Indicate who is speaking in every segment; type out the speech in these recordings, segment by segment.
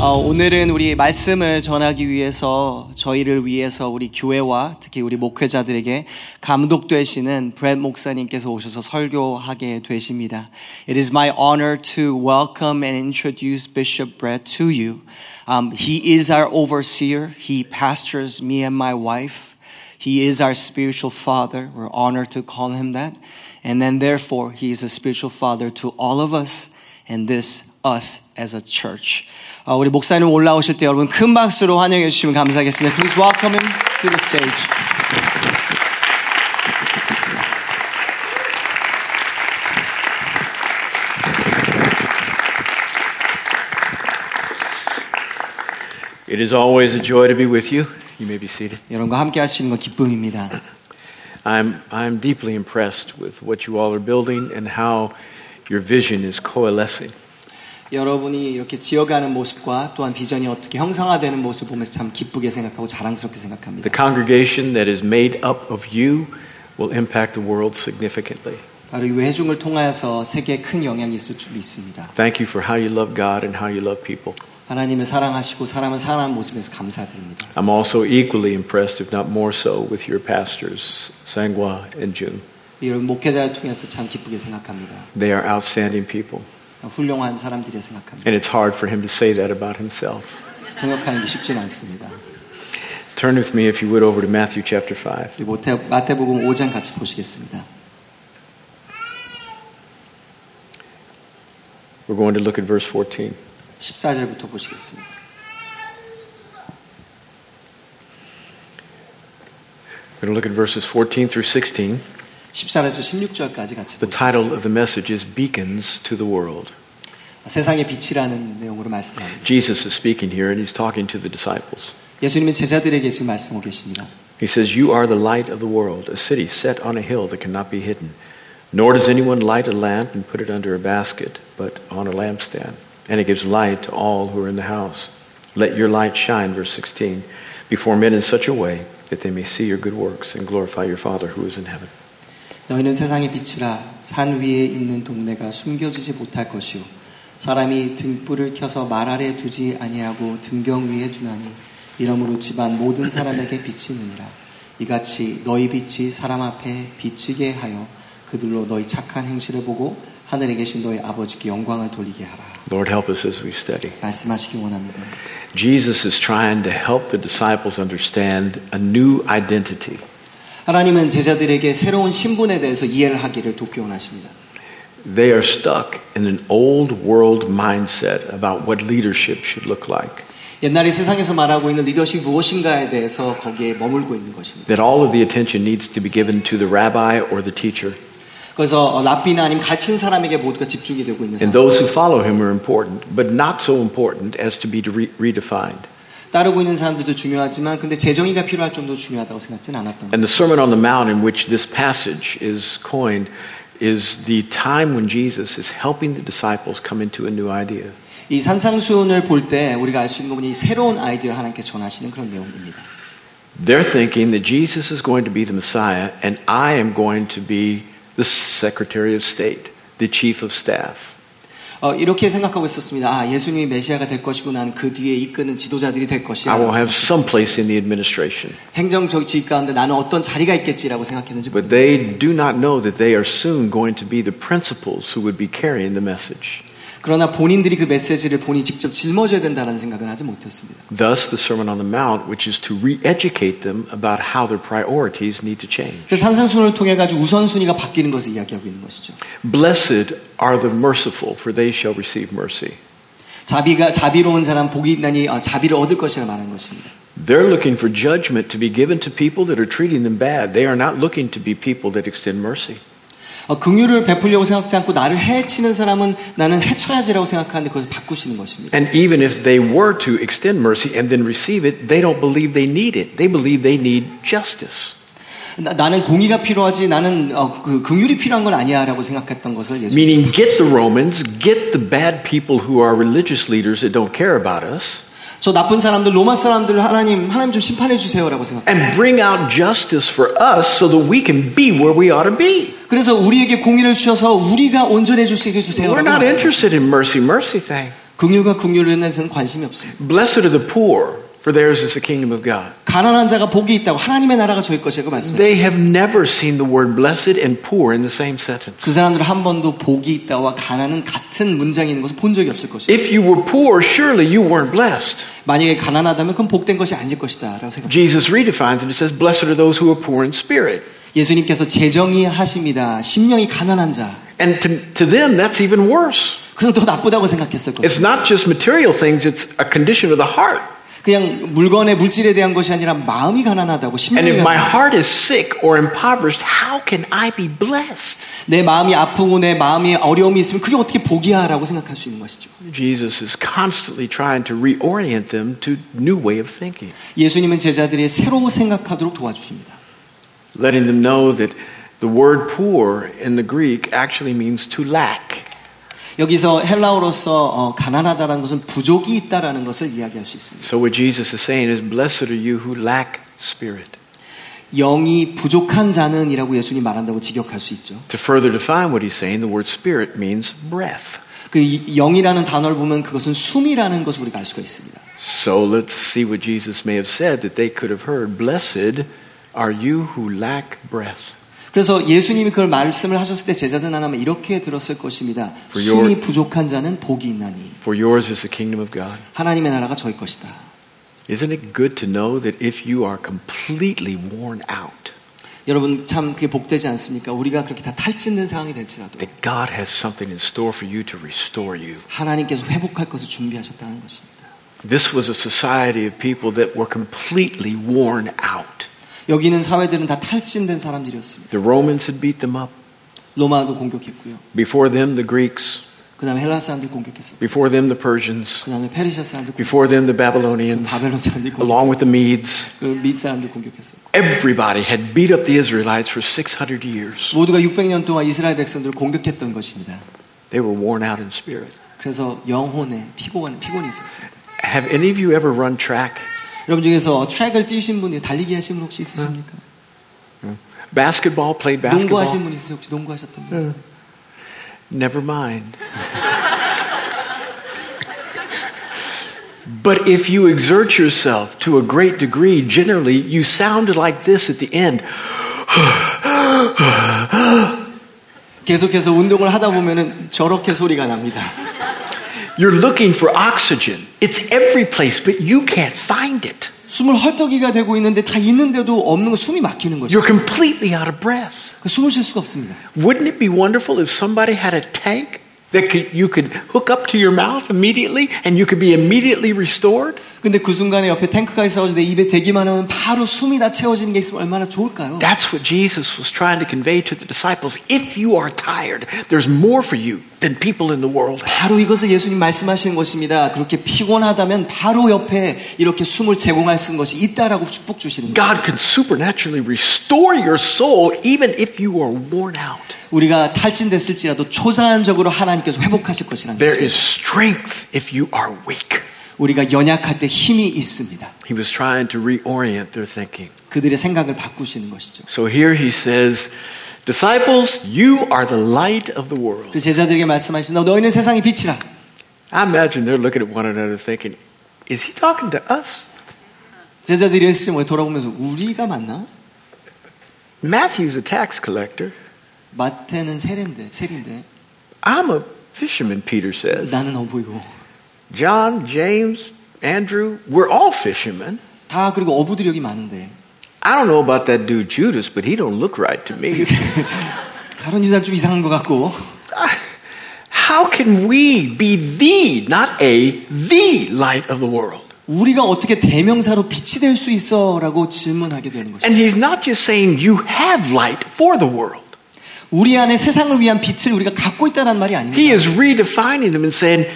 Speaker 1: 어, 오늘은 우리 말씀을 전하기 위해서 저희를 위해서 우리 교회와 특히 우리 목회자들에게 감독 되시는 브렛 목사님께서 오셔서 설교하게 되십니다. It is my honor to welcome and introduce Bishop Brett to you. Um, he is our overseer. He pastors me and my wife. He is our spiritual father. We're honored to call him that. And then, therefore, he is a spiritual father to all of us and this us as a church. 어, 우리 목사님 올라오실 때 여러분 큰 박수로 환영해 주시면 감사하겠습니다. Please welcome him to the stage.
Speaker 2: It is always a joy to be with you. You may be seated.
Speaker 1: 여러분과 함께 하시는 건 기쁨입니다.
Speaker 2: I'm, I'm deeply impressed with what you all are building and how your vision is coalescing.
Speaker 1: 여러분이 이렇게 지어가는 모습과 또한 비전이 어떻게 형성화되는 모습 보면서 참 기쁘게 생각하고 자랑스럽게
Speaker 2: The
Speaker 1: 생각합니다.
Speaker 2: congregation that is made up of you will impact the world significantly.
Speaker 1: 바로 이 외중을 통하여서 세계에 큰 영향이 있을 줄 믿습니다.
Speaker 2: Thank you for how you love God and how you love people.
Speaker 1: 하나님을 사랑하시고 사람을 사랑하는 모습에서 감사드립니다.
Speaker 2: I'm also equally impressed, if not more so, with your pastors, Sangwa and June.
Speaker 1: 여러분 목회자를 통해서 참 기쁘게 생각합니다.
Speaker 2: They are outstanding people,
Speaker 1: 훌륭한 사람들이라 생각합니다.
Speaker 2: and it's hard for him to say that about himself.
Speaker 1: 통역하는 게 쉽지는 않습니다.
Speaker 2: Turn with me, if you would, over to Matthew chapter 5.
Speaker 1: 우리 모태, 마태복음 5장 같이 보시겠습니다.
Speaker 2: We're going to look at verse 14.
Speaker 1: 14절부터 보시겠습니다.
Speaker 2: We're going to look at verses 14 through 16.
Speaker 1: 14에서 16절까지 같이
Speaker 2: The
Speaker 1: 보시겠습니다.
Speaker 2: title of the message is Beacons to the World.
Speaker 1: 세상의 빛이라는 내용으로 말씀합니다.
Speaker 2: Jesus is speaking here and he's talking to the disciples.
Speaker 1: 예수님은 제자들에게 지금 말씀하고 계십니다.
Speaker 2: He says, You are the light of the world, a city set on a hill that cannot be hidden. Nor does anyone light a lamp and put it under a basket, but on a lampstand. And it gives light to all who are in the house. Let your light shine, verse 16, before men in such a way that they may see your good works and glorify your Father who is in heaven.
Speaker 1: 너희는 세상의 빛이라 산 위에 있는 동네가 숨겨지지 못할 것이요 사람이 등불을 켜서 말 아래 두지 아니하고 등경 위에 두나니 이러므로 집안 모든 사람에게 비치느니라 이같이 너희 빛이 사람 앞에 비치게 하여 그들로 너희 착한 행실을 보고 하늘에 계신 너희 아버지께 영광을 돌리게 하라
Speaker 2: Lord, help us as we study.
Speaker 1: 말씀하시기 원합니다.
Speaker 2: Jesus is trying to help the disciples understand a new identity.
Speaker 1: 하나님은 제자들에게 새로운 신분에 대해서 이해를 하기를 돕기 원하십니다.
Speaker 2: They are stuck in an old world mindset about what leadership should look like.
Speaker 1: 옛날에 세상에서 말하고 있는 리더십 무엇인가에 대해서 거기에 머물고 있는 것입니다.
Speaker 2: That all of the attention needs to be given to the rabbi or the teacher.
Speaker 1: 그래서 어, 랍비나 아니면 갇힌 사람에게 모두가 집중이 되고 있는 상황.
Speaker 2: And those who follow him are important, but not so important as to be re- redefined.
Speaker 1: 따르고 있는 사람들도 중요하지만 근데 재정의가 필요할 정도로 중요하다고 생각지는 않았던 거예요.
Speaker 2: And the Sermon on the Mount, in which this passage is coined, is the time when Jesus is helping the disciples come into a new idea.
Speaker 1: 이 산상수훈을 볼 때 우리가 알 수 있는 건 보니 새로운 아이디어 하나님께 전하시는 그런 내용입니다.
Speaker 2: They're thinking that Jesus is going to be the Messiah and I am going to be the Secretary of State, the Chief of Staff.
Speaker 1: 어, 이렇게 생각하고 있었습니다. 아, 예수님이 메시아가 될 것이고 난 그 뒤에 이끄는 지도자들이 될
Speaker 2: I
Speaker 1: 것이라고
Speaker 2: will have some
Speaker 1: 생각했습니다.
Speaker 2: place in the administration.
Speaker 1: 행정적 지휘 가운데 나는 어떤 자리가 있겠지라고 생각했는지
Speaker 2: But they do not know that they are soon going to be the principals who would be carrying the message.
Speaker 1: 그러나 본인들이 그 메시지를 본인이 직접 짊어져야 된다는 생각은 하지 못했습니다.
Speaker 2: Thus, the Sermon on the Mount, which is to re educate them about how their priorities need to change.
Speaker 1: 그래서 산상순을 통해 가지고 우선순위가 바뀌는 것을 이야기하고 있는 것이죠.
Speaker 2: Blessed are the merciful, for they shall receive mercy.
Speaker 1: 자비가 자비로운 사람 복이 있나니 어, 자비를 얻을 것이라 말하는 것입니다.
Speaker 2: They're looking for judgment to be given to people that are treating them bad. They are not looking to be people that extend mercy.
Speaker 1: 어, 긍휼을 베풀려고 생각지 않고 나를 해치는 사람은 나는 해쳐야지라고 생각하는데 그것을 바꾸시는 것입니다.
Speaker 2: And even if they were to extend mercy and then receive it, they don't believe they need it. They believe they need justice.
Speaker 1: 나, 는 공의가 필요하지 나는 어, 그 긍휼이 필요한 건 아니야라고 생각했던 것을 예수
Speaker 2: Meaning, get the Romans, get the bad people who are religious leaders that don't care about us,
Speaker 1: 저 나쁜 사람들 로마 사람들 하나님 하나님 좀 심판해 주세요라고 생각.
Speaker 2: and bring out justice for us so that we can be where we ought to be.
Speaker 1: 그래서 우리에게 공의를 주셔서 우리가 온전해 줄 수 있게
Speaker 2: We're
Speaker 1: 주세요.
Speaker 2: not interested in mercy, mercy thing.
Speaker 1: 긍휼과 긍휼에는 저는 관심이 없습니다.
Speaker 2: Blessed are the poor, for theirs is the kingdom of God.
Speaker 1: 가난한 자가 복이 있다고 하나님의 나라가 저희 것이라고 말씀하셨습니다.
Speaker 2: They have never seen the word blessed and poor in the same sentence.
Speaker 1: 그 사람들은 한 번도 복이 있다와 가난은 같은 문장에 있는 것을 본 적이 없을 것이다.
Speaker 2: If you were poor, surely you weren't blessed.
Speaker 1: 만약에 가난하다면 그건 복된 것이 아닐 것이다라고 생각합니다.
Speaker 2: Jesus redefines it. It says, Blessed are those who are poor in spirit.
Speaker 1: 예수님께서 재정이 하십니다. 심령이 가난한 자.
Speaker 2: And to, to them, that's even worse.
Speaker 1: 그래서 더 나쁘다고 생각했을 거예요.
Speaker 2: It's not just material things, it's a condition of the heart.
Speaker 1: 그냥 물건의 물질에 대한 것이 아니라 마음이 가난하다고
Speaker 2: And
Speaker 1: 심령이
Speaker 2: if my
Speaker 1: 가난하다고.
Speaker 2: heart is sick or impoverished, how can I be blessed?
Speaker 1: 내 마음이 아프고 내 마음이 어려움이 있으면 그게 어떻게 복이야라고 생각할 수 있는 것이죠.
Speaker 2: Jesus is constantly trying to reorient them to new way of thinking,
Speaker 1: 예수님은 제자들이 새로 생각하도록 도와주십니다.
Speaker 2: letting them know that the word poor in the Greek actually means to lack.
Speaker 1: 여기서 헬라어로서 어, 가난하다라는 것은 부족이 있다라는 것을 이야기할 수 있습니다.
Speaker 2: So what Jesus is saying is blessed are you who lack spirit.
Speaker 1: 영이 부족한 자는이라고 예수님 말한다고 직역할 수 있죠.
Speaker 2: To further define what he's saying, the word spirit means breath.
Speaker 1: 그 이- 영이라는 단어를 보면 그것은 숨이라는 것을 우리가 알 수가 있습니다.
Speaker 2: So let's see what Jesus may have said that they could have heard. Blessed are you who lack breath.
Speaker 1: 그래서 예수님이 그 말씀을 하셨을 때 제자들 하나면 이렇게 들었을 것입니다.
Speaker 2: For your-
Speaker 1: 숨이 부족한 자는 복이 있나니
Speaker 2: For yours is the kingdom of God.
Speaker 1: 하나님의 나라가 저희 것이다.
Speaker 2: Isn't it good to know that if you are completely worn out,
Speaker 1: 여러분 참 그게 복되지 않습니까? 우리가 그렇게 다 탈진된 상황이 될지라도
Speaker 2: that God has something in store for you to restore you?
Speaker 1: 하나님께서 회복할 것을 준비하셨다는 것입니다.
Speaker 2: This was a society of people that were completely worn out.
Speaker 1: 여기 있는 사회들은 다 탈진된 사람들이었습니다.
Speaker 2: The Romans had beat them up.
Speaker 1: 로마도 공격했고요.
Speaker 2: Before them, the Greeks.
Speaker 1: 그 다음에 헬라 사람들 공격했어요.
Speaker 2: Before them, the Persians.
Speaker 1: 그 다음에 페르시아 사람들 공격,
Speaker 2: Before them, the Babylonians.
Speaker 1: 바벨론 사람들 공격,
Speaker 2: Along with the Medes.
Speaker 1: 그밑 사람들 공격했어요.
Speaker 2: Everybody had beat up the Israelites for 600 years.
Speaker 1: 모두가 600년 동안 이스라엘 백성들을 공격했던 것입니다.
Speaker 2: They were worn out in spirit.
Speaker 1: 그래서 영혼에 피곤 피곤이 있었습니다.
Speaker 2: Have any of you ever run track?
Speaker 1: 여러분 중에서 트랙을 뛰신 분이 달리기 하신 분 혹시 있으십니까?
Speaker 2: Basketball? Played
Speaker 1: 농구 하신
Speaker 2: basketball?
Speaker 1: 분 있으세요? 혹시 농구 하셨던 분?
Speaker 2: Never mind. but if you exert yourself to a great degree, generally, you sound like this at the end.
Speaker 1: 계속해서 운동을 하다 보면은 저렇게 소리가 납니다.
Speaker 2: You're looking for oxygen. It's every place, but you can't find it.
Speaker 1: 숨을 헐떡이가 되고 있는데 다 있는데도 없는 거 숨이 막히는 거죠.
Speaker 2: You're completely out of breath.
Speaker 1: 그 숨을 쉴 수가 없습니다.
Speaker 2: Wouldn't it be wonderful if somebody had a tank that could, you could hook up to your mouth immediately and you could be immediately restored?
Speaker 1: 근데 그 순간에 옆에 탱크가 있어가지고 내 입에 대기만 하면 바로 숨이 다 채워지는 게 있으면 얼마나 좋을까요?
Speaker 2: That's what Jesus was trying to convey to the disciples. If you are tired, there's more for you than people in the world. have.
Speaker 1: 바로 이것을 예수님 말씀하시는 것입니다. 그렇게 피곤하다면 바로 옆에 이렇게 숨을 제공할 수 있는 것이 있다라고 축복 주시는 거예요.
Speaker 2: God can supernaturally restore your soul even if you are worn out.
Speaker 1: 우리가 탈진됐을지라도 초자연적으로 하나님께서 회복하실 것이라는
Speaker 2: There
Speaker 1: 거죠.
Speaker 2: is strength if you are weak.
Speaker 1: 우리가 연약할 때 힘이 있습니다.
Speaker 2: He was trying to reorient their thinking.
Speaker 1: 그들의 생각을 바꾸시는 것이죠.
Speaker 2: So here he says, Disciples, you are the light of the world.
Speaker 1: 그 제자들에게 말씀하십니다. 너희는 세상의 빛이라.
Speaker 2: I imagine they're looking at one another thinking, is he talking to us?
Speaker 1: 제자들이 예수님 을 돌아보면서 우리가 맞나?
Speaker 2: Matthew's a tax collector.
Speaker 1: 마태는 세례인데, 세리인데
Speaker 2: I'm a fisherman, Peter says.
Speaker 1: 나는 어부이고
Speaker 2: John, James, Andrew, we're all fishermen.
Speaker 1: 다 그리고 어부들이 여기 많은데
Speaker 2: I don't know about that dude Judas, but he don't look right to me.
Speaker 1: 가론 유다는 좀 이상한 것 같고
Speaker 2: How can we be the, not a, the light of the world?
Speaker 1: 우리가 어떻게 대명사로 빛이 될 수 있어라고 질문하게 되는 것이죠.
Speaker 2: And he's not just saying you have light for the world.
Speaker 1: 우리 안에 세상을 위한 빛을 우리가 갖고 있다는 말이 아닙니다.
Speaker 2: He is redefining them and saying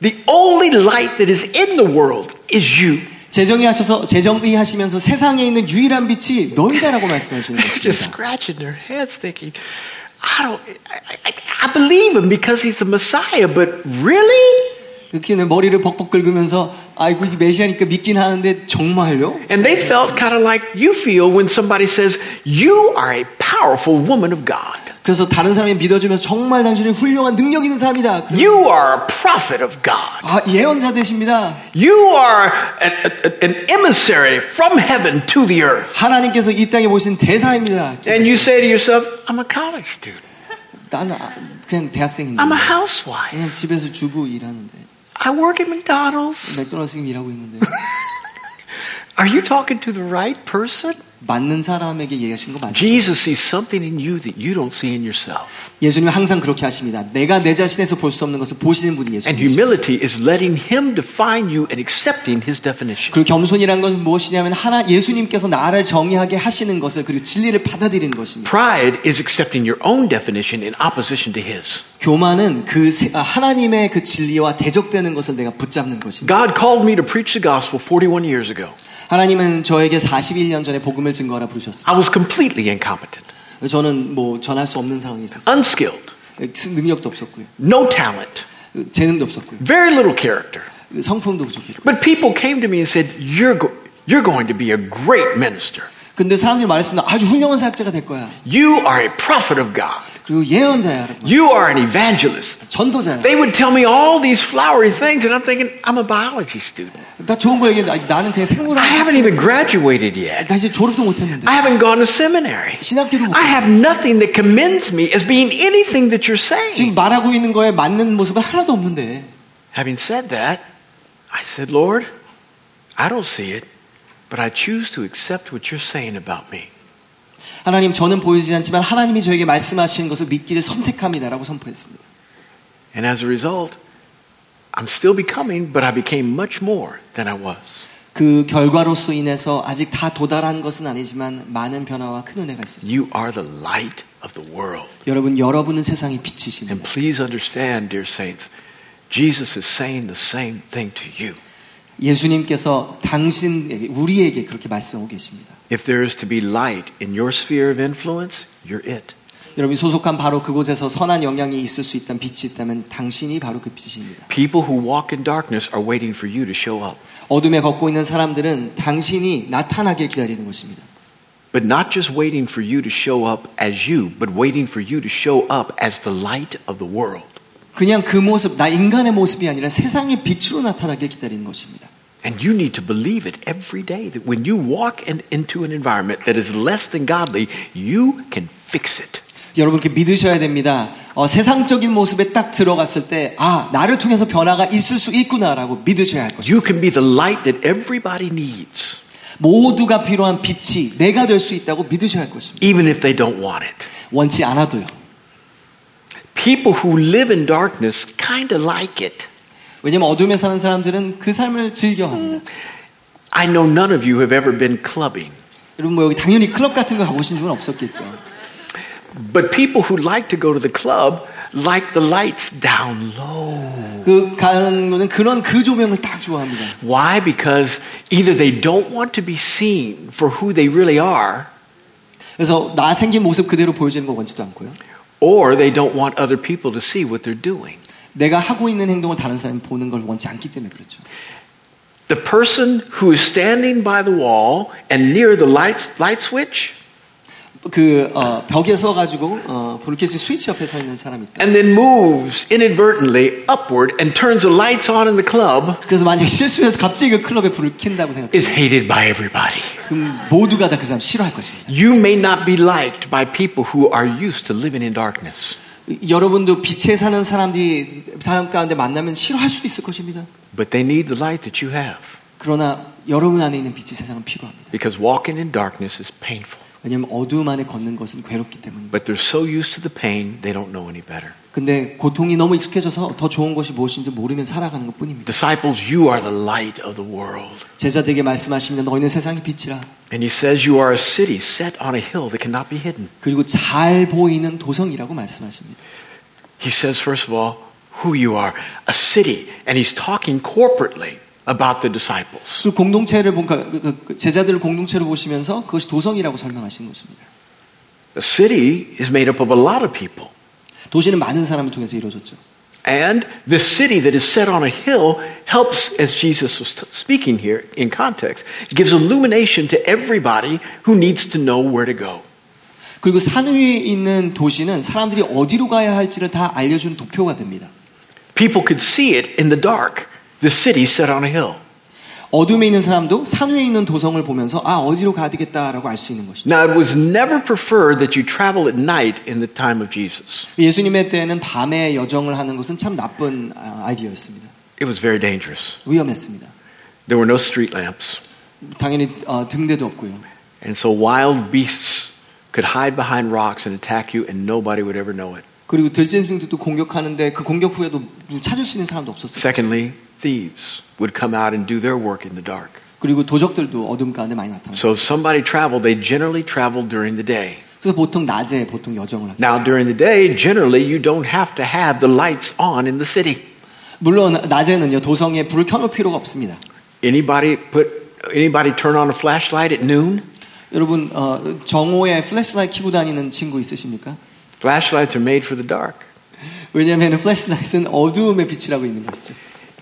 Speaker 2: the only light that is in the world is you.
Speaker 1: 재정이 하셔서 재정의 하시면서 세상에 있는 유일한 빛이 너희다라고 말씀해 주는
Speaker 2: They're
Speaker 1: 것입니다.
Speaker 2: just scratching their heads thinking, I don't, I, I, I believe him because he's the Messiah, but really?
Speaker 1: 이렇게 그 머리를 벅벅 긁으면서 아이고 이게 메시아니까 믿긴 하는데 정말요?
Speaker 2: And they felt kind of like you feel when somebody says, You are a powerful woman of God.
Speaker 1: 그래서 다른 사람이 믿어주면서 정말 당신은 훌륭한 능력 있는 사람이다. 그래-
Speaker 2: You are a prophet of God.
Speaker 1: 아, 예언자 되십니다.
Speaker 2: You are an, an emissary from heaven to the earth.
Speaker 1: 하나님께서 이 땅에 보신 대사입니다.
Speaker 2: And you say to yourself, I'm a college student.
Speaker 1: 나는 아- 그냥 대학생인데.
Speaker 2: I'm a housewife.
Speaker 1: 그냥 집에서 주부 일하는데.
Speaker 2: I work at McDonald's.
Speaker 1: 맥도날드 지금 일하고 있는데.
Speaker 2: Are you talking to the right person?
Speaker 1: 맞는 사람에게 얘기하신 거 맞죠?
Speaker 2: Jesus sees something in you that you don't see in yourself.
Speaker 1: 예수님은 항상 그렇게 하십니다. 내가 내 자신에서 볼 수 없는 것을 보시는 분이
Speaker 2: And
Speaker 1: 예수님이십니다.
Speaker 2: humility is letting Him define you and accepting His definition.
Speaker 1: 그리고 겸손이란 것은 무엇이냐면 하나 예수님께서 나를 정의하게 하시는 것을 그리고 진리를 받아들이는 것입니다.
Speaker 2: Pride is accepting your own definition in opposition to His.
Speaker 1: 교만은 그 세- 아, 하나님의 그 진리와 대적되는 것을 내가 붙잡는 것입니다.
Speaker 2: God called me to preach the gospel 41 years ago.
Speaker 1: 하나님은 저에게 41년 전에 복음을 증거하라 부르셨어요.
Speaker 2: I was completely incompetent,
Speaker 1: 저는 뭐 전할 수 없는 상황이 있었어요.
Speaker 2: unskilled,
Speaker 1: 능력도 없었고요.
Speaker 2: no talent,
Speaker 1: 재능도 없었고요.
Speaker 2: very little character.
Speaker 1: 성품도 부족했고.
Speaker 2: But people came to me and said, You're, go- you're going to be a great minister.
Speaker 1: 근데 사람들이 말했습니다. 아주 훌륭한 사역자가 될 거야.
Speaker 2: You are a prophet of God.
Speaker 1: 그리고 예언자야, 여러분.
Speaker 2: You are an evangelist.
Speaker 1: 전도자야.
Speaker 2: They would tell me all these flowery things, and I'm thinking, I'm a biology student.
Speaker 1: 나 좋은 거 얘기했는데 아니, 나는 그냥 생물학.
Speaker 2: I haven't even graduated yet.
Speaker 1: 나 이제 졸업도 못했는데.
Speaker 2: I haven't gone to seminary.
Speaker 1: 신학교도 못
Speaker 2: I have nothing that commends me as being anything that you're saying.
Speaker 1: 지금 말하고 있는 거에 맞는 모습은 하나도 없는데.
Speaker 2: Having said that, I said, Lord, I don't see it, but I choose to accept what you're saying about me.
Speaker 1: 하나님 저는 보이지 않지만 하나님이 저에게 말씀하시는 것을 믿기를 선택합니다라고 선포했습니다.
Speaker 2: And as a result, I'm still becoming, but I became much more than I was.
Speaker 1: 그 결과로서 인해서 아직 다 도달한 것은 아니지만 많은 변화와 큰 은혜가 있었습니다.
Speaker 2: You are the light of the world.
Speaker 1: 여러분 여러분은 세상의
Speaker 2: And
Speaker 1: 빛이십니다.
Speaker 2: please understand, dear saints, Jesus is saying the same thing to you.
Speaker 1: 예수님께서 당신에게 우리에게 그렇게 말씀하고 계십니다.
Speaker 2: If there is to be light in your sphere of influence, you're it.
Speaker 1: 여러분이 소속한 바로 그곳에서 선한 영향이 있을 수 있다면 빛이 있다면 당신이 바로 그 빛이십니다.
Speaker 2: People who walk in darkness are waiting for you to show up.
Speaker 1: 어둠에 걷고 있는 사람들은 당신이 나타나길 기다리는 것입니다.
Speaker 2: But not just waiting for you to show up as you, but waiting for you to show up as the light of the world.
Speaker 1: 그냥 그 모습, 나 인간의 모습이 아니라 세상의 빛으로 나타나길 기다리는 것입니다.
Speaker 2: And you need to believe it every day that when you walk in, into an environment that is less than godly, you can fix it.
Speaker 1: 여러분 이렇게 믿으셔야 됩니다. 어, 세상적인 모습에 딱 들어갔을 때, 아, 나를 통해서 변화가 있을 수 있구나라고 믿으셔야 할 것입니다.
Speaker 2: You can be the light that everybody needs,
Speaker 1: 모두가 필요한 빛이 내가 될 수 있다고 믿으셔야 할 것입니다.
Speaker 2: even if they don't want it.
Speaker 1: 원치 않아도요.
Speaker 2: People who live in darkness kind of like it.
Speaker 1: 왜냐면 어둠에 사는 사람들은 그 삶을 즐겨합니다.
Speaker 2: I know none of you have ever been clubbing,
Speaker 1: 여러분 뭐 여기 당연히 클럽 같은 거 가보신 적은 없었겠죠.
Speaker 2: but people who like to go to the club like the lights down low.
Speaker 1: 그 가는 거는 그런 그 조명을 딱 좋아합니다.
Speaker 2: Why? Because either they don't want to be seen for who they really are,
Speaker 1: 그래서 나 생긴 모습 그대로 보여지는 거 원치도 않고요.
Speaker 2: or they don't want other people to see what they're doing.
Speaker 1: 내가 하고 있는 행동을 다른 사람이 보는 걸 원치 않기 때문에 그렇죠.
Speaker 2: The person who is standing by the wall and near the lights, light switch
Speaker 1: 그 어, 벽에 서 가지고 어, 불켜진 스위치 옆에 서 있는 사람이 있다.
Speaker 2: and then moves inadvertently upward and turns the lights on in the club
Speaker 1: 그래서 만약에 실수해서 갑자기 그 클럽에 불을 켠다고 생각해.
Speaker 2: is hated by everybody.
Speaker 1: 그럼 모두가 다 그 사람 싫어할 것입니다.
Speaker 2: You may not be liked by people who are used to living in darkness,
Speaker 1: 여러분도 빛에 사는 사람들이 사람 가운데 만나면 싫어할 수도 있을 것입니다.
Speaker 2: but they need the light that you have
Speaker 1: 그러나 여러분 안에 있는 빛이 세상은 필요합니다.
Speaker 2: because walking in darkness is painful.
Speaker 1: 왜냐하면 어두움 안에 걷는 것은 괴롭기 때문입니다.
Speaker 2: But they're so used to the pain, they don't know any better.
Speaker 1: 근데 고통이 너무 익숙해져서 더 좋은 것이 무엇인지 모르면 살아가는 것 뿐입니다.
Speaker 2: Disciples, you are the light of the world.
Speaker 1: 제자들에게 말씀하십니다. 너희는 세상의 빛이라.
Speaker 2: And he says, You are a city set on a hill that cannot be hidden.
Speaker 1: 그리고 잘 보이는 도성이라고 말씀하십니다.
Speaker 2: He says, first of all, who you are, a city. And he's talking corporately about the disciples.
Speaker 1: 그 공동체를 본 그- 그- 그 제자들을 공동체로 보시면서 그것이 도성이라고 설명하신 것입니다.
Speaker 2: A city is made up of a lot of people.
Speaker 1: 도시는 많은 사람을 통해서 이루어졌죠.
Speaker 2: And this city that is set on a hill helps, as Jesus was t- speaking here in context, it gives illumination to everybody who needs to know where to go.
Speaker 1: 그리고 산 위에 있는 도시는 사람들이 어디로 가야 할지를 다 알려주는 도표가 됩니다.
Speaker 2: People could see it in the dark. The city set on a hill.
Speaker 1: 어둠에 있는 사람도 산 위에 있는 도성을 보면서 아 어디로 가야 되겠다라고 알 수 있는 것이죠.
Speaker 2: Now, it was never preferred that you travel at night in the time of Jesus.
Speaker 1: 예수님의 때에는 밤에 여정을 하는 것은 참 나쁜 아, 아이디어였습니다.
Speaker 2: It was very dangerous.
Speaker 1: 위험했습니다.
Speaker 2: There were no street lamps,
Speaker 1: 당연히 어, 등대도 없고요.
Speaker 2: and so wild beasts could hide behind rocks and attack you, and nobody would ever know it.
Speaker 1: 그리고 들짐승들도 공격하는데 그 공격 후에도 찾을 수 있는 사람도 없었어요.
Speaker 2: Secondly, thieves would come out and do their work in the dark.
Speaker 1: 그리고 도적들도 어둠 가운데 많이
Speaker 2: So
Speaker 1: 나타났어요.
Speaker 2: if somebody traveled, they generally traveled during the day.
Speaker 1: 그래서 보통 낮에 보통 여정을 합니다.
Speaker 2: Now, during the day, generally, you don't have to have the lights on in the city.
Speaker 1: 물론 낮에는요 도성에 불을 켜놓을 필요가 없습니다.
Speaker 2: Anybody put anybody turn on a flashlight at noon?
Speaker 1: 여러분 어, 정오에 플래시라이트 켜고 다니는 친구 있으십니까?
Speaker 2: Flashlights are made for the dark.
Speaker 1: 왜냐하면 플래시라이트는 어두움의 빛이라고 있는 것이죠.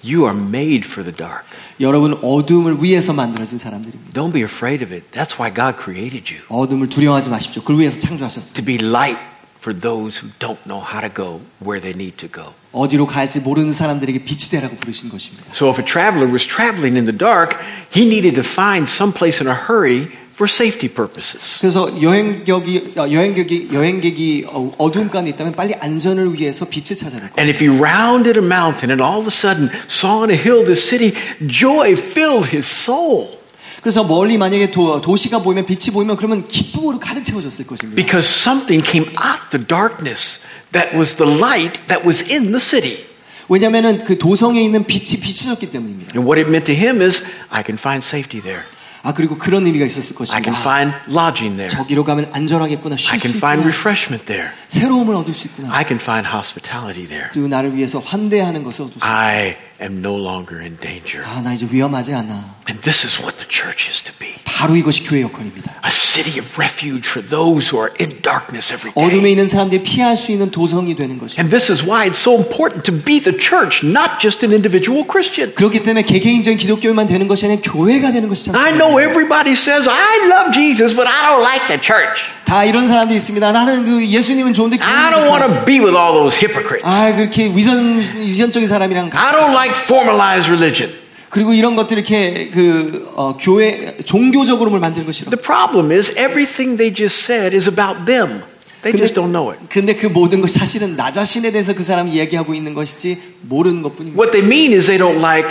Speaker 2: You are made for the dark.
Speaker 1: 여러분 어둠을 위해서 만들어진 사람들입니다.
Speaker 2: Don't be afraid of it. That's why God created you
Speaker 1: 어둠을 두려워하지 마십시오. 그걸 위해서 창조하셨어요.
Speaker 2: to be light for those who don't know how to go where they need to go.
Speaker 1: 어디로 갈지 모르는 사람들에게 빛이 되라고 부르신 것입니다.
Speaker 2: So if a traveler was traveling in the dark, he needed to find someplace in a hurry for safety purposes.
Speaker 1: 그래서 여행객이 어, 여행객이 여행객이 어, 어두운 가운데 있다면 빨리 안전을 위해서 빛을 찾아야 될 거예요.
Speaker 2: And if he rounded a mountain and all of a sudden saw on a hill this city, joy filled his soul
Speaker 1: 그래서 멀리 만약에 도, 도시가 보이면 빛이 보이면 그러면 기쁨으로 가득 채워졌을 것입니다.
Speaker 2: because something came out the darkness that was the light that was in the city.
Speaker 1: 왜냐하면은 그 도성에 있는 빛이 비춰졌기 때문입니다.
Speaker 2: And what it meant to him is, I can find safety there.
Speaker 1: 아 그리고 그런 의미가 있었을
Speaker 2: I can
Speaker 1: 것입니다. 아,
Speaker 2: find lodging there.
Speaker 1: 저기로 가면 안전하겠구나.
Speaker 2: I
Speaker 1: 쉴수
Speaker 2: can find
Speaker 1: 있구나.
Speaker 2: refreshment there.
Speaker 1: 새로움을 얻을 수 있구나.
Speaker 2: I can find hospitality there.
Speaker 1: 그리고 나를 위해서 환대하는 것을 얻을 수 있구나.
Speaker 2: I am no longer in danger.
Speaker 1: 아, 나 이제 위험하지 않아.
Speaker 2: And this is what the church is to be
Speaker 1: 바로 이것이 교회 역할입니다.
Speaker 2: a city of refuge for those who are in darkness every day.
Speaker 1: 어둠에 있는 사람들이 피할 수 있는 도성이 되는 것입니다.
Speaker 2: And this is why it's so important to be the church, not just an individual Christian.
Speaker 1: 그렇기 때문에 개개인적인 기독교만 되는 것이 아니라 교회가 되는 것이 참
Speaker 2: I
Speaker 1: 중요합니다.
Speaker 2: know everybody says, I love Jesus, but I don't like the church.
Speaker 1: 다 이런 사람들이 있습니다. 나는 그 예수님은 좋은데
Speaker 2: I don't want to be with all those hypocrites.
Speaker 1: 아 그렇게 위선 위선적인 사람이랑 가-
Speaker 2: I don't like formalized religion.
Speaker 1: 그리고 이런 것들 이렇게 그 어, 교회 종교적으로를 만드는 것이 싫어.
Speaker 2: The problem is, everything they just said is about them. They just don't know it.
Speaker 1: 근데 그 모든 것이 사실은 나 자신에 대해서 그 사람이 얘기하고 있는 것이지 모르는 것뿐입니다.
Speaker 2: What they mean is they don't like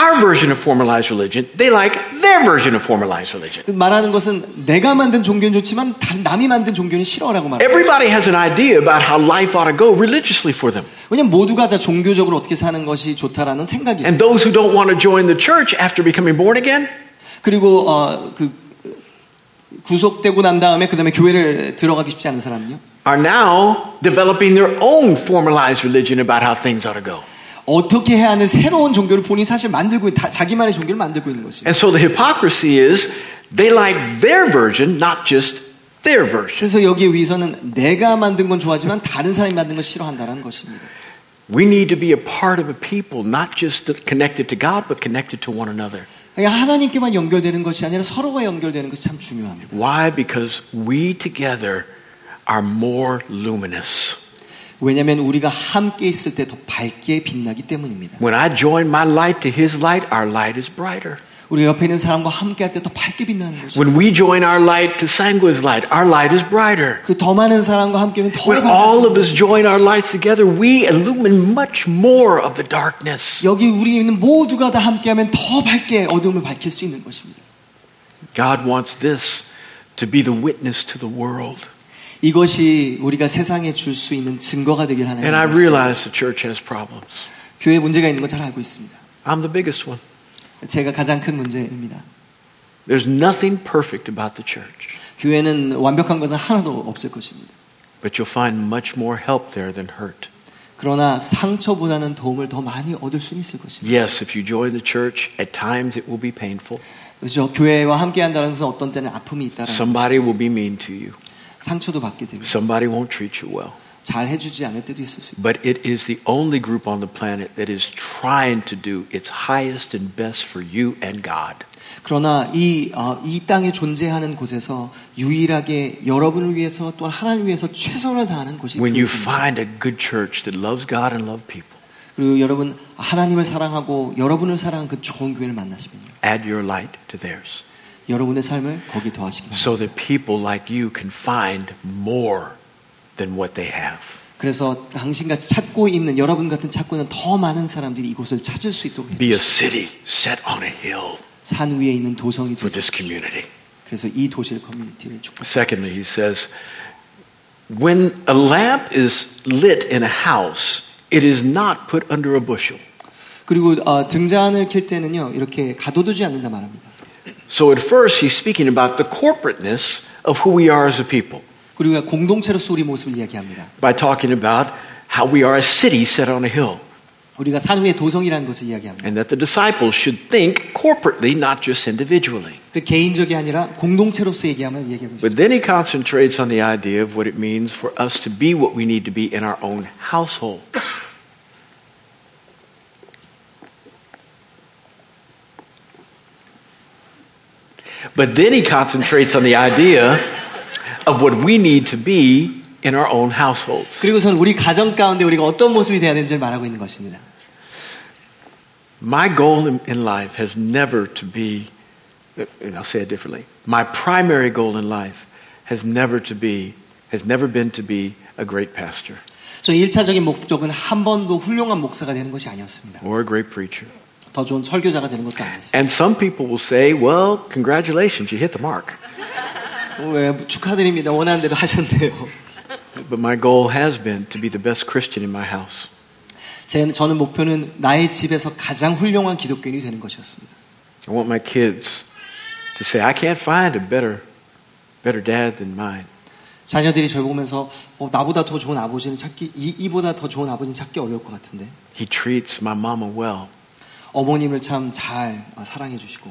Speaker 2: our version of formalized religion. They like their version of formalized religion.
Speaker 1: 그 말하는 것은 내가 만든 종교는 좋지만 다- 남이 만든 종교는 싫어라고 말합니다.
Speaker 2: Everybody has an idea about how life ought to go religiously for them.
Speaker 1: 왜냐면 모두가 다 종교적으로 어떻게 사는 것이 좋다라는 생각이
Speaker 2: And
Speaker 1: 있어요.
Speaker 2: those who don't want to join the church after becoming born again,
Speaker 1: 그리고 어, 그 구속되고 난 다음에 그다음에 교회를 들어가기 쉽지 않은 사람은요.
Speaker 2: are now developing their own formalized religion about how things ought to go.
Speaker 1: 어떻게 해야 하는 새로운 종교를 본인이 사실 만들고 다, 자기만의 종교를 만들고 있는 것이에요.
Speaker 2: And so the hypocrisy is they like their version, not just their version.
Speaker 1: 그래서 여기에 위해서는 내가 만든 건 좋아하지만 다른 사람이 만든 걸 싫어한다는 것입니다.
Speaker 2: We need to be a part of a people, not just connected to God, but connected to one another.
Speaker 1: 그러니까 하나님께만 연결되는 것이 아니라 서로가 연결되는 것이 참 중요합니다.
Speaker 2: Why? Because we together are more luminous.
Speaker 1: 왜냐하면 우리가 함께 있을 때 더 밝게 빛나기 때문입니다.
Speaker 2: When I join my light to His light, our light is brighter.
Speaker 1: 우리 옆에 있는 사람과 함께 할 때 더 밝게 빛나는 거죠.
Speaker 2: When we join our light to Sangua's light, our light is brighter.
Speaker 1: 그 더 많은 사람과 함께면 더
Speaker 2: When
Speaker 1: 밝아져요.
Speaker 2: all of us join our lights together, we illumine much more of the darkness.
Speaker 1: 여기 우리 있는 모두가 다 함께하면 더 밝게 어둠을 밝힐 수 있는 것입니다.
Speaker 2: God wants this to be the witness to the world.
Speaker 1: 이것이 우리가 세상에 줄 수 있는 증거가 되길 하나님.
Speaker 2: And I realize the church has problems.
Speaker 1: 교회 문제가 있는 거 잘 알고 있습니다.
Speaker 2: I'm the biggest one.
Speaker 1: 제가 가장 큰 문제입니다.
Speaker 2: There's nothing perfect about the church,
Speaker 1: 교회는 완벽한 것은 하나도 없을 것입니다.
Speaker 2: but you'll find much more help there than hurt.
Speaker 1: 그러나 상처보다는 도움을 더 많이 얻을 수 있을 것입니다.
Speaker 2: Yes, if you join the church, at times it will be painful.
Speaker 1: 그렇죠? 교회와 함께한다는 것은 어떤 때는 아픔이 있다라는
Speaker 2: Somebody will be mean to you.
Speaker 1: 것이죠. 상처도 받게 되고
Speaker 2: Somebody won't treat you well.
Speaker 1: 잘 해주지 않을 때도 있을 수 있고
Speaker 2: But it is the only group on the planet that is trying to do its highest and best for you and God.
Speaker 1: 그러나 이, 어, 이 땅에 존재하는 곳에서 유일하게 여러분을 위해서 또한 하나님을 위해서 최선을 다하는 곳이
Speaker 2: When you
Speaker 1: 교회입니다.
Speaker 2: find a good church that loves God and loves people,
Speaker 1: 그리고 여러분 하나님을 사랑하고 여러분을 사랑한 그 좋은 교회를 만나시면요.
Speaker 2: add your light to theirs
Speaker 1: 여러분의 삶을 거기 더하시기 바랍니다.
Speaker 2: so that people like you can find more than what they have.
Speaker 1: 그래서 당신같이 찾고 있는 여러분 같은 찾고는 더 많은 사람들이 이곳을 찾을 수 있도록
Speaker 2: Be a
Speaker 1: 해주시오.
Speaker 2: city set on a hill
Speaker 1: 산 위에 있는 도성이
Speaker 2: for this
Speaker 1: 되십시오.
Speaker 2: community.
Speaker 1: 그래서 이 도시를 커뮤니티를 축복.
Speaker 2: Secondly, he says, when a lamp is lit in a house, it is not put under a bushel.
Speaker 1: 그리고 어, 등잔을 켤 때는요 이렇게 가둬두지 않는다 말합니다.
Speaker 2: So at first, he's speaking about the corporateness of who we are as a people
Speaker 1: 그리고 공동체로서 우리 모습을 이야기합니다.
Speaker 2: by talking about how we are a city set on a hill
Speaker 1: 우리가 산 위의 도성이라는 것을 이야기합니다.
Speaker 2: and that the disciples should think corporately, not just individually.
Speaker 1: 그 개인적이 아니라 공동체로서 얘기하면 얘기하고
Speaker 2: But
Speaker 1: 있습니다.
Speaker 2: then he concentrates on the idea of what it means for us to be what we need to be in our own household. But then he concentrates on the idea of what we need to be in our own households.
Speaker 1: 그리고선 우리 가정 가운데 우리가 어떤 모습이 돼야 되는지를 말하고 있는 것입니다.
Speaker 2: My goal in, in life has never to be, and I'll say it differently. My primary goal in life has never to be, has never been to be a great pastor
Speaker 1: 저 1차적인 목적은 한 번도 훌륭한 목사가 되는 것이 아니었습니다.
Speaker 2: or a great preacher.
Speaker 1: 더 좋은 설교자가 되는 것도 아니었습니다.
Speaker 2: And some people will say, well, congratulations, you hit the mark.
Speaker 1: 어, 왜 축하드립니다. 원하는 대로 하셨네요.
Speaker 2: But my goal has been to be the best Christian in my house.
Speaker 1: 제, 저는 목표는 나의 집에서 가장 훌륭한 기독교인이 되는 것이었습니다.
Speaker 2: I want my kids to say, I can't find a better, better dad than mine.
Speaker 1: 자녀들이 저를 보면서 어, 나보다 더 좋은 아버지는 찾기 이, 이보다 더 좋은 아버지는 찾기 어려울 것 같은데
Speaker 2: He treats my mama well.
Speaker 1: 어머님을 참 잘 사랑해 주시고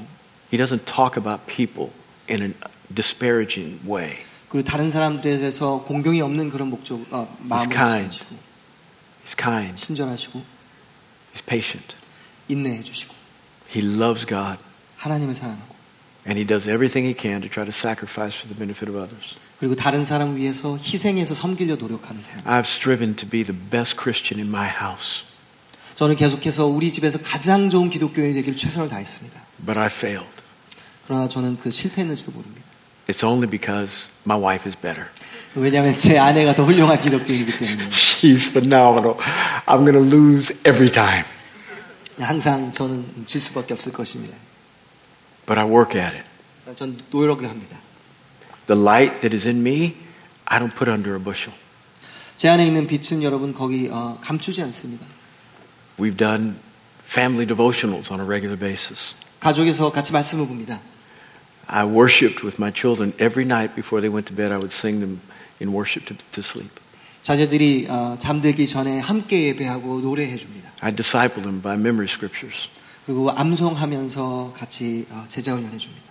Speaker 2: He doesn't talk about people in a disparaging way.
Speaker 1: 그리고 다른 사람들에 대해서 공경이 없는 그런 목적 어, 마음을
Speaker 2: He's kind.
Speaker 1: 가지시고
Speaker 2: He's kind.
Speaker 1: 친절하시고
Speaker 2: He's patient.
Speaker 1: 인내해 주시고
Speaker 2: He loves God.
Speaker 1: 하나님을 사랑하고
Speaker 2: And he does everything he can to try to sacrifice for the benefit of others.
Speaker 1: 그리고 다른 사람 위해서 희생해서 섬기려 노력하는 사람.
Speaker 2: I've striven to be the best Christian in my house,
Speaker 1: 저는 계속해서 우리 집에서 가장 좋은 기독교인이 되기를 최선을 다했습니다.
Speaker 2: but I failed.
Speaker 1: 그러나 저는 그 실패했는지도 모릅니다.
Speaker 2: It's only because my wife is better.
Speaker 1: 왜냐하면 제 아내가 더 훌륭한 기독교인이기 때문에
Speaker 2: She's phenomenal. I'm going to lose every time.
Speaker 1: 항상 저는 질 수밖에 없을 것입니다.
Speaker 2: But I work at it.
Speaker 1: 전 노력을 합니다.
Speaker 2: The light that is in me, I don't put under a bushel.
Speaker 1: 제 안에 있는 빛은 여러분 거기 어, 감추지 않습니다.
Speaker 2: We've done family devotionals on a regular basis.
Speaker 1: 가족에서 같이 말씀을 봅니다.
Speaker 2: I worshiped with my children every night before they went to bed. I would sing them in worship to, to sleep.
Speaker 1: 자녀들이 어, 잠들기 전에 함께 예배하고 노래해 줍니다.
Speaker 2: I discipled them by memory scriptures.
Speaker 1: 그리고 암송하면서 같이 어, 제자 훈련해 줍니다.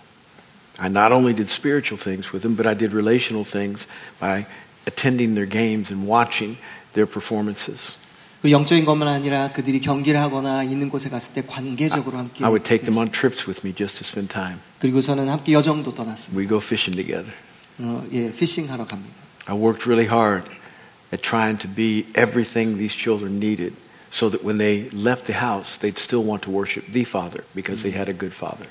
Speaker 2: I not only did spiritual things with them, but I did relational things by attending their games and watching their performances.
Speaker 1: 그리고 영적인 것만 아니라 그들이 경기를 하거나 있는 곳에 갔을 때 관계적으로 함께
Speaker 2: 아, I would take them on
Speaker 1: 했습니다.
Speaker 2: trips with me just to spend time.
Speaker 1: 그리고 저는 함께 여정도 떠났습니다.
Speaker 2: We go fishing together.
Speaker 1: 어, 예, 피싱 하러 갑니다.
Speaker 2: I worked really hard at trying to be everything these children needed so that when they left the house, they'd still want to worship the Father because they had a good Father.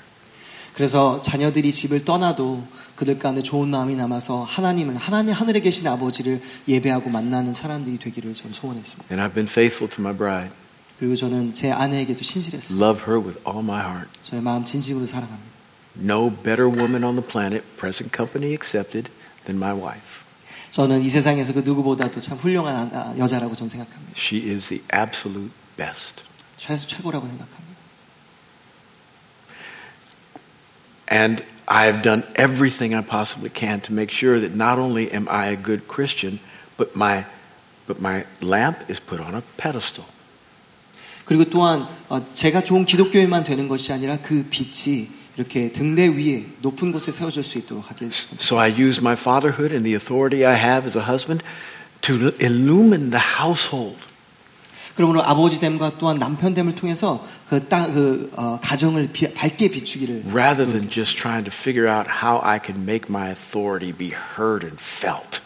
Speaker 1: 그래서 자녀들이 집을 떠나도 그들 가운데 좋은 마음이 남아서 하나님을 하나님 하늘에 계신 아버지를 예배하고 만나는 사람들이 되기를 저는 소원했습니다.
Speaker 2: And I've been faithful to my bride,
Speaker 1: 그리고 저는 제 아내에게도 신실했습니다.
Speaker 2: love her with all my heart.
Speaker 1: 저의 마음 진심으로 사랑합니다.
Speaker 2: No better woman on the planet, present company accepted, than my wife.
Speaker 1: 저는 이 세상에서 그 누구보다도 참 훌륭한 아- 아, 여자라고 저는 생각합니다.
Speaker 2: She is the absolute best.
Speaker 1: 최, 최고라고 생각합니다.
Speaker 2: And I've done everything I possibly can to make sure that not only am I a good Christian, but my, but my lamp is put on a pedestal.
Speaker 1: 그리고 또한 어, 제가 좋은 기독교인만 되는 것이 아니라 그 빛이 이렇게 등대 위에 높은 곳에 세워질 수 있도록 하겠습니다.
Speaker 2: So I use my fatherhood and the authority I have as a husband to illumine the household.
Speaker 1: 그러므로 아버지됨과 또한 남편됨을 통해서 그, 따, 그 어, 가정을 비, 밝게 비추기를
Speaker 2: rather than just trying to figure out how I can make my authority be heard and felt.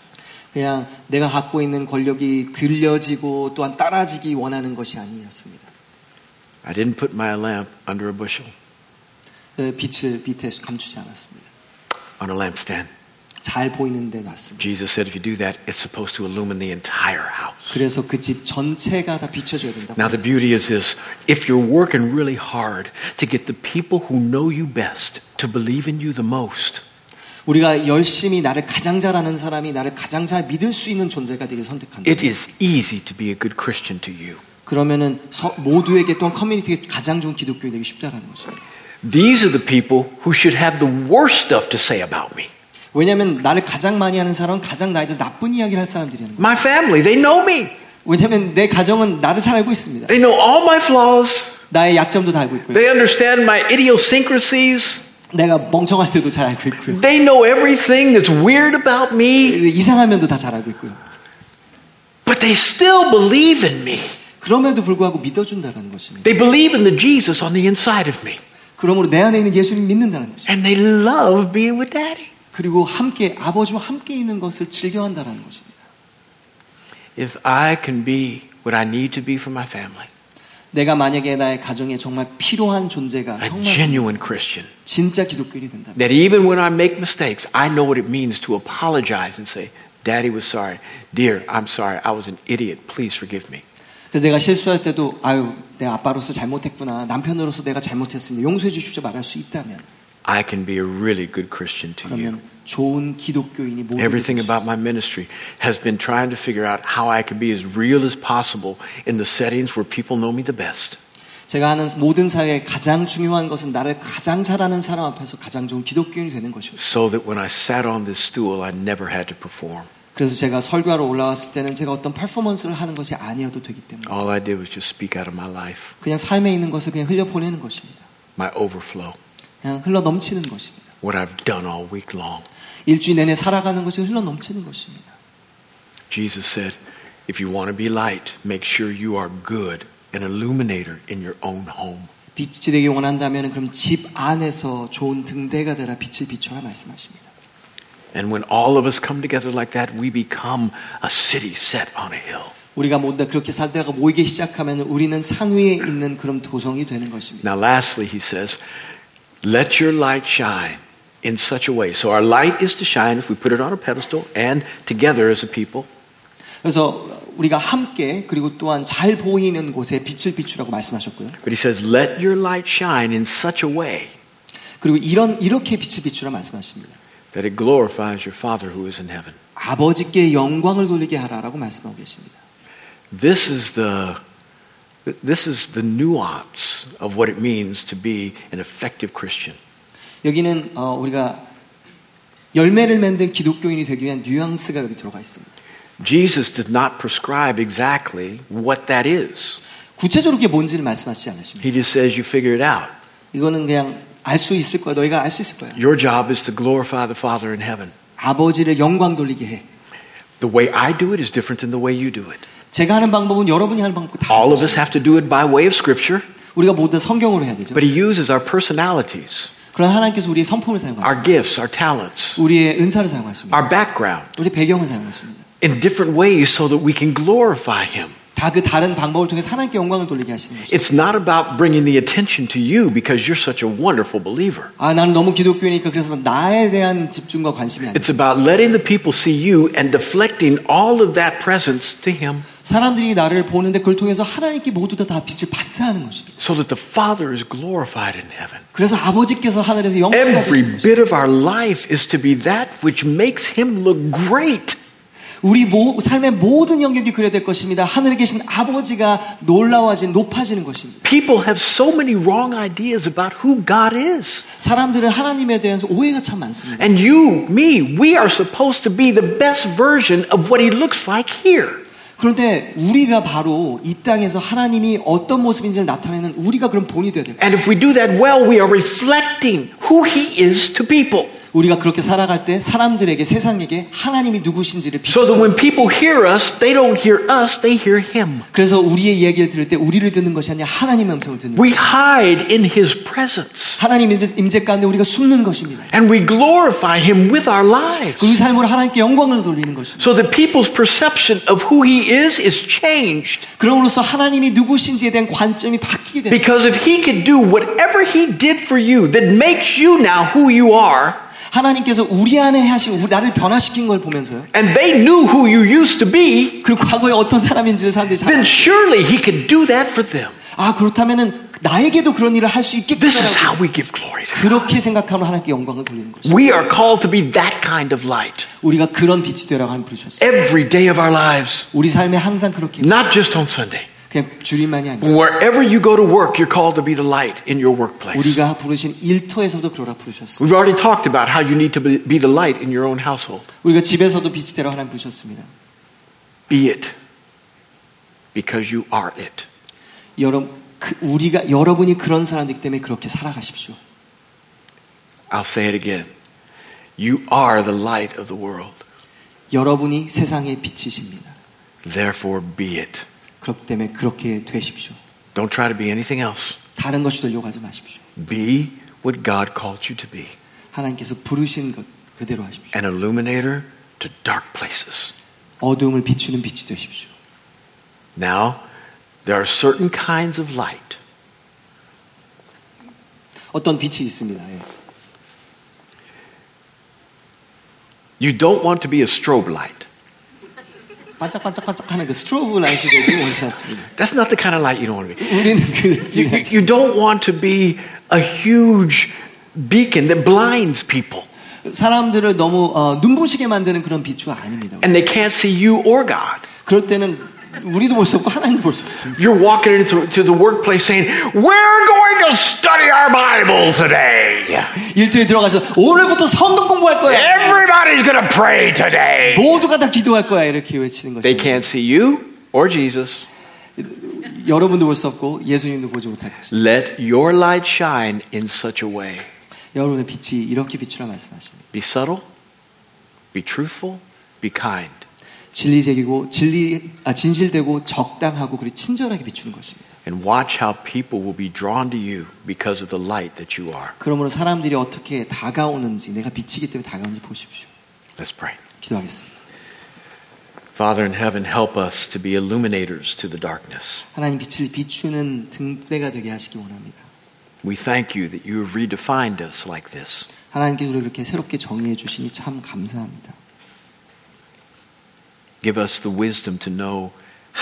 Speaker 1: 그냥 내가 갖고 있는 권력이 들려지고 또한 따라지기 원하는 것이 아니었습니다.
Speaker 2: I didn't put my lamp under a bushel,
Speaker 1: 그 빛을 빛에 감추지 않았습니다.
Speaker 2: on a lampstand.
Speaker 1: 잘 보이는 데 놨습니다.
Speaker 2: Jesus said if you do that, it's supposed to illumine the entire house.
Speaker 1: 그래서 그 집 전체가 다 비춰줘야 된다고.
Speaker 2: Now,
Speaker 1: 말씀드렸습니다.
Speaker 2: the beauty is this if you're working really hard to get the people who know you best to believe in you the most,
Speaker 1: 우리가 열심히 나를 가장 잘 아는 사람이 나를 가장 잘 믿을 수 있는 존재가 되길 선택한다.
Speaker 2: it is easy to be a good Christian to you.
Speaker 1: 그러면은 서- 모두에게 또한 커뮤니티에 가장 좋은 기독교인이 되기 쉽다라는 거죠.
Speaker 2: These are the people who should have the worst stuff to say about me.
Speaker 1: 왜냐하면 나를 가장 많이 아는 사람은 가장 나에 대해서 나쁜 이야기를 할 사람들이라는 거예요.
Speaker 2: My family, they know me.
Speaker 1: 왜냐하면 내 가정은 나를 잘 알고 있습니다.
Speaker 2: They know all my flaws.
Speaker 1: 나의 약점도 다 알고 있고요.
Speaker 2: They understand my idiosyncrasies.
Speaker 1: 내가 멍청할 때도 잘 알고 있고요. 네,
Speaker 2: They know everything that's weird about me,
Speaker 1: 이상한 면도 다 잘 알고 있고요.
Speaker 2: but they still believe in me.
Speaker 1: 그럼에도 불구하고 믿어준다라는 것입니다.
Speaker 2: They believe in the Jesus on the inside of me.
Speaker 1: 그러므로 내 안에 있는 예수님 믿는다는 것입니다.
Speaker 2: And they love being with daddy.
Speaker 1: 그리고 함께 아버지와 함께 있는 것을 즐겨한다라는 것입니다.
Speaker 2: If I can be what I need to be for my family,
Speaker 1: 내가 만약에 나의 가정에 정말 필요한 존재가
Speaker 2: a
Speaker 1: 정말
Speaker 2: genuine Christian,
Speaker 1: 진짜 기독교인이 된다면
Speaker 2: that even when I make mistakes, I know what it means to apologize and say, Daddy was sorry. Dear, I'm sorry. I was an idiot. Please forgive me.
Speaker 1: 그래서 내가 실수할 때도 아유 내 아빠로서 잘못했구나 남편으로서 내가 잘못했습니다 용서해 주십시오 말할 수 있다면
Speaker 2: I can be a really good Christian to you.
Speaker 1: 그러면 좋은 기독교인이 모두
Speaker 2: Everything about my ministry has been trying to figure out how I can be as real as possible in the settings where people know me the best.
Speaker 1: 제가 하는 모든 사회에 가장 중요한 것은 나를 가장 잘 아는 사람 앞에서 가장 좋은 기독교인이 되는 것이었어요
Speaker 2: So that when I sat on this stool, I never had to perform.
Speaker 1: 그래서 제가 설교하러 올라왔을 때는 제가 어떤 퍼포먼스를 하는 것이 아니어도 되기 때문에
Speaker 2: All I did was just speak out of my life,
Speaker 1: 그냥 삶에 있는 것을 그냥 흘려보내는 것입니다
Speaker 2: my overflow,
Speaker 1: 그냥 흘러 넘치는 것입니다
Speaker 2: what I've done all week long.
Speaker 1: 일주일 내내 살아가는 것이 흘러 넘치는 것입니다
Speaker 2: Jesus said, If you want to be light, make sure you are good, an illuminator in your own home.
Speaker 1: 빛이 되기 원한다면 그럼 집 안에서 좋은 등대가 되라 빛을 비춰라 말씀하십니다.
Speaker 2: And when all of us come together like that, we become a city set on a hill.
Speaker 1: 우리가 모두 그렇게 살다가 모이기 시작하면 우리는 산 위에 있는 그런 도성이 되는 것입니다.
Speaker 2: Now, lastly, he says, let your light shine in such a way. So, our light is to shine if we put it on a pedestal and together as a people.
Speaker 1: 그래서 우리가 함께 그리고 또한 잘 보이는 곳에 빛을 비추라고 말씀하셨고요.
Speaker 2: But he says, let your light shine in such a way
Speaker 1: 그리고 이런 이렇게 빛을 비추라 말씀하십니다.
Speaker 2: that it glorifies your Father who is in heaven.
Speaker 1: 아버지께 영광을 돌리게 하라라고 말씀하고 계십니다.
Speaker 2: This is the this is the nuance of what it means to be an effective Christian.
Speaker 1: 여기는 어, 우리가 열매를 맺는 기독교인이 되기 위한 뉘앙스가 여기 들어가 있습니다.
Speaker 2: Jesus does not prescribe exactly what that is.
Speaker 1: 구체적으로 그게 뭔지를 말씀하시지 않으십니다.
Speaker 2: He just says you figure it out.
Speaker 1: 이거는 그냥 알 수 있을 거야. 너희가 알 수 있을 거야.
Speaker 2: Your job is to glorify the Father in heaven.
Speaker 1: 아버지를 영광 돌리게 해.
Speaker 2: The way I do it is different than the way you do it.
Speaker 1: 제가 하는 방법은 여러분이 하는 방법과 다
Speaker 2: All of
Speaker 1: 다르죠.
Speaker 2: us have to do it by way of Scripture,
Speaker 1: 우리가 모두 성경으로 해야 되죠.
Speaker 2: but He uses our personalities,
Speaker 1: 그러나 하나님께서 우리의 성품을 사용하십니다.
Speaker 2: our gifts, our talents,
Speaker 1: 우리의 은사를 사용하십니다.
Speaker 2: our background
Speaker 1: 우리 배경을 사용하십니다.
Speaker 2: in different ways so that we can glorify Him.
Speaker 1: 다 그 다른 방법을 통해서 하나님께 영광을 돌리게 하시는 거죠.
Speaker 2: It's not about bringing the attention to you because you're such a wonderful believer.
Speaker 1: 아, 나는 너무 기독교니까 그래서 나에 대한 집중과 관심이 안 돼.
Speaker 2: It's about letting the people see you and deflecting all of that presence to Him
Speaker 1: 사람들이 나를 보는데 그걸 통해서 하나님께 모두 다, 다 빛을 반사하는 것입니다.
Speaker 2: so that the Father is glorified in heaven.
Speaker 1: 그래서 아버지께서 하늘에서 영광을
Speaker 2: Every
Speaker 1: 받으시는 것입니다.
Speaker 2: bit of our life is to be that which makes Him look great.
Speaker 1: 우리 모- 삶의 모든 영역이 그래야 될 것입니다. 하늘에 계신 아버지가 놀라워지는 높아지는 것입니다.
Speaker 2: People have so many wrong ideas about who God is.
Speaker 1: 사람들은 하나님에 대한 오해가 참 많습니다.
Speaker 2: And you, me, we are supposed to be the best version of what He looks like here.
Speaker 1: 그런데 우리가 바로 이 땅에서 하나님이 어떤 모습인지를 나타내는 우리가 그런 본이 되어야 됩니다.
Speaker 2: And if we do that well, we are reflecting who He is to people.
Speaker 1: 우리가 그렇게 살아갈 때 사람들에게 세상에게 하나님이 누구신지를
Speaker 2: So that
Speaker 1: 비춰.
Speaker 2: when people hear us, they don't hear us, they hear Him.
Speaker 1: 그래서 우리의 이야기를 들을 때 우리를 듣는 것이 아니라 하나님의 음성을 듣는 거예요.
Speaker 2: We hide in His presence
Speaker 1: 하나님의 임재 가운데 우리가 숨는 것입니다.
Speaker 2: and we glorify Him with our
Speaker 1: 그
Speaker 2: lives.
Speaker 1: 삶으로 하나님께 영광을 돌리는 것입니다.
Speaker 2: So that people's perception of who He is is changed.
Speaker 1: 그럼으로써 하나님이 누구신지에 대한 관점이 바뀌게 됩니다.
Speaker 2: Because if He could do whatever He did for you that makes you now who you are,
Speaker 1: 하나님께서 우리 안에 하신 우리- 나를 변화시킨 걸 보면서요.
Speaker 2: and they knew who you used to be,
Speaker 1: 그리고 과거에 어떤 사람인지를 사람들이 잘
Speaker 2: then surely He could do that for them.
Speaker 1: 아 그렇다면은 나에게도 그런 일을 할 수
Speaker 2: This is
Speaker 1: 있겠구나
Speaker 2: how we give glory to
Speaker 1: 그렇게 생각하면 하나님께 영광을 돌리는 거죠.
Speaker 2: God. We are called to be that kind of light
Speaker 1: 우리가 그런 빛이 되라고 하나님 부르셨어요.
Speaker 2: every day of our lives,
Speaker 1: 우리 삶에 항상 그렇게
Speaker 2: not just on Sunday.
Speaker 1: 그냥 주님만이 아니라
Speaker 2: Wherever you go to work, you're called to be the light in your workplace.
Speaker 1: 우리가 부르신 일터에서도 그러라 부르셨어요.
Speaker 2: We've already talked about how you need to be be the light in your own household.
Speaker 1: 우리가 집에서도 빛이 되라고 하나님 부르셨습니다.
Speaker 2: Be it because you are it.
Speaker 1: 여러분 그 우리가 여러분이 그런 사람이기 때문에 그렇게 살아가십시오.
Speaker 2: I'll say it again. You are the light of the world.
Speaker 1: 여러분이 세상의 빛이십니다.
Speaker 2: Therefore, be it.
Speaker 1: 그렇기 때문에 그렇게 되십시오.
Speaker 2: Don't try to be anything else.
Speaker 1: 다른 것이 되려고 하지 마십시오.
Speaker 2: Be what God called you to be
Speaker 1: 하나님께서 부르신 것 그대로 하십시오.
Speaker 2: an illuminator to dark places.
Speaker 1: 어둠을 비추는 빛이 되십시오.
Speaker 2: Now, there are certain kinds of light
Speaker 1: 어떤 빛이 있습니다. 예.
Speaker 2: You don't want to be a strobe light.
Speaker 1: 반짝반짝반짝하는 그 스트로브 라이트 되지 원치 않습니다.
Speaker 2: That's not the kind of light you don't want to be.
Speaker 1: 우리는
Speaker 2: You,
Speaker 1: 그
Speaker 2: you don't want to be a huge beacon that blinds people
Speaker 1: 그 사람들을 너무 어, 눈부시게 만드는 그런 빛은 아닙니다.
Speaker 2: and they can't see you or God.
Speaker 1: 그럴 때는 우리도 볼 수 없고 하나님 볼 수 없습니다.
Speaker 2: You're walking into to the workplace saying, We're going to study our Bible today.
Speaker 1: 일주일 들어가서 오늘부터 성경 공부할 거야.
Speaker 2: Everybody's going to pray today.
Speaker 1: 모두가 다 기도할 거야 이렇게 외치는
Speaker 2: They
Speaker 1: 것이
Speaker 2: can't see you or Jesus.
Speaker 1: 여러분도 볼 수 없고 예수님도 보지 못할 것이
Speaker 2: Let your light shine in such a way.
Speaker 1: 여러분의 빛이 이렇게 비추라 말씀하십니다.
Speaker 2: Be subtle, be truthful, be kind.
Speaker 1: 진리적이고 진리 아, 진실되고 적당하고 그리고 친절하게 비추는 것입니다.
Speaker 2: And watch how people will be drawn to you because of the light that you are.
Speaker 1: 그러므로 사람들이 어떻게 다가오는지 내가 비치기 때문에 다가오는지 보십시오.
Speaker 2: Let's pray.
Speaker 1: 기도하겠습니다.
Speaker 2: Father in heaven, help us to be illuminators to the darkness.
Speaker 1: 하나님 빛을 비추는 등대가 되게 하시기 원합니다.
Speaker 2: We thank you that you have redefined us like this.
Speaker 1: 하나님께서 우리를 이렇게 새롭게 정의해 주시니 참 감사합니다.
Speaker 2: Give us the wisdom to know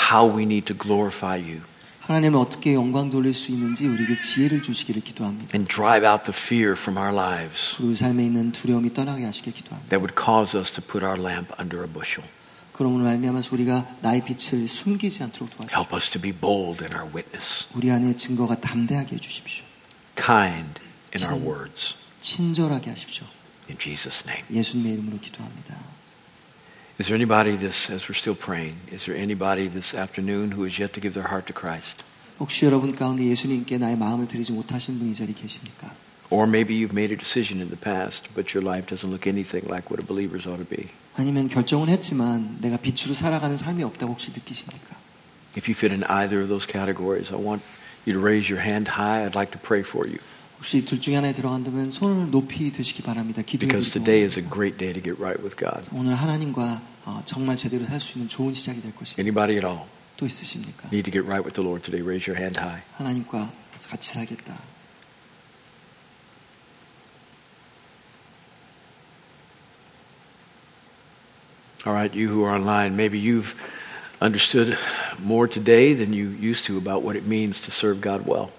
Speaker 2: how we need to glorify you
Speaker 1: 하나님을 어떻게 영광 돌릴 수 있는지 우리에게 지혜를 주시기를 기도합니다.
Speaker 2: and drive out the fear from our lives
Speaker 1: 우리 삶에 있는 두려움이 떠나게 하시길 기도합니다.
Speaker 2: that would cause us to put our lamp under a bushel.
Speaker 1: 그러므로 말미암아서 우리가 나의 빛을 숨기지 않도록 도와주십시오.
Speaker 2: Help us to be bold in our witness,
Speaker 1: 우리 안에 증거가 담대하게 해주십시오.
Speaker 2: kind in our words.
Speaker 1: 친절하게 하십시오.
Speaker 2: In Jesus' name.
Speaker 1: 예수님의 이름으로 기도합니다.
Speaker 2: Is there anybody this, as we're still praying, is there anybody this afternoon who is yet to give their heart to Christ?
Speaker 1: 혹시 여러분 가운데 예수님께 나의 마음을 드리지 못하신 분이 이 자리에 계십니까?
Speaker 2: Or maybe you've made a decision in the past, but your life doesn't look anything like what a believer's ought to be.
Speaker 1: 아니면 결정은 했지만 내가 빛으로 살아가는 삶이 없다고 혹시 느끼십니까?
Speaker 2: If you fit in either of those categories, I want you to raise your hand high. I'd like to pray for you
Speaker 1: 혹시 둘 중에 하나에 들어간다면 손을 높이 드시기 바랍니다. 기도해
Speaker 2: because
Speaker 1: 드리고
Speaker 2: today is a great day to get right with God.
Speaker 1: 오늘 하나님과 어, 정말 제대로 살 수 있는 좋은 시작이 될 것이
Speaker 2: Anybody at all
Speaker 1: 또 있으십니까?
Speaker 2: need to get right with the Lord today? Raise your hand high.
Speaker 1: 하나님과 같이 살겠다.
Speaker 2: All right, you who are online, maybe you've understood more today than you used to about what it means to serve God well.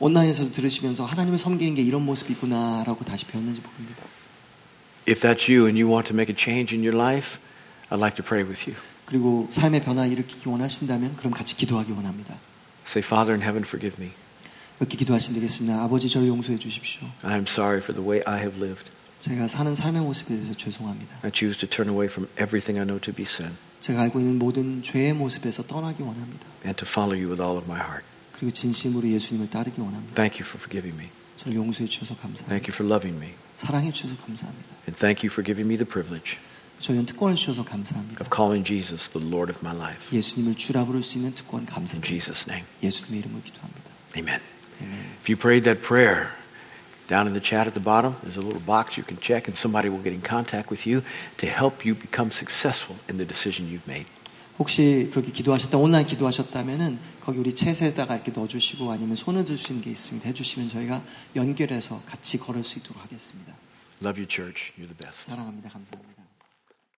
Speaker 1: 온라인에서도 들으시면서 하나님을 섬기는 게 이런 모습이구나라고 다시 배웠는지 모릅니다.
Speaker 2: If that's you and you want to make a change in your life, I'd like to pray with you.
Speaker 1: 그리고 삶의 변화 일으키기 원하신다면 그럼 같이 기도하기 원합니다.
Speaker 2: Say, Father in heaven, forgive me.
Speaker 1: 이렇게 기도하시면 되겠습니다. 아버지 저를 용서해 주십시오.
Speaker 2: I am sorry for the way I have lived.
Speaker 1: 제가 사는 삶의 모습에 대해서 죄송합니다.
Speaker 2: I choose to turn away from everything I know to be sin
Speaker 1: 제가 알고 있는 모든 죄의 모습에서 떠나기 원합니다.
Speaker 2: and to follow you with all of my heart.
Speaker 1: 그리고 진심으로 예수님을 따르기 원합니다.
Speaker 2: Thank you for forgiving me.
Speaker 1: 저를 용서해 주셔서 감사합니다.
Speaker 2: Thank you for loving me.
Speaker 1: 사랑해 주셔서 감사합니다.
Speaker 2: And thank you for giving me the privilege
Speaker 1: 저희는 특권을 주셔서 감사합니다.
Speaker 2: of calling Jesus the Lord of my life.
Speaker 1: 예수님을 주라 부를 수 있는 특권
Speaker 2: In
Speaker 1: 감사합니다.
Speaker 2: Jesus' name,
Speaker 1: 예수님의 이름으로 기도합니다.
Speaker 2: amen.
Speaker 1: 아멘.
Speaker 2: If you prayed that prayer, down in the chat at the bottom, there's a little box you can check, and somebody will get in contact with you to help you become successful in the decision you've made.
Speaker 1: 혹시 그렇게 기도하셨다 온라인 기도하셨다면은 거기 우리 챗에다가 이렇게 넣어주시고 아니면 손을 들 수 있는 게 있습니다. 해주시면 저희가 연결해서 같이 걸을 수 있도록 하겠습니다.
Speaker 2: Love you, church. You're the best.
Speaker 1: 사랑합니다. 감사합니다.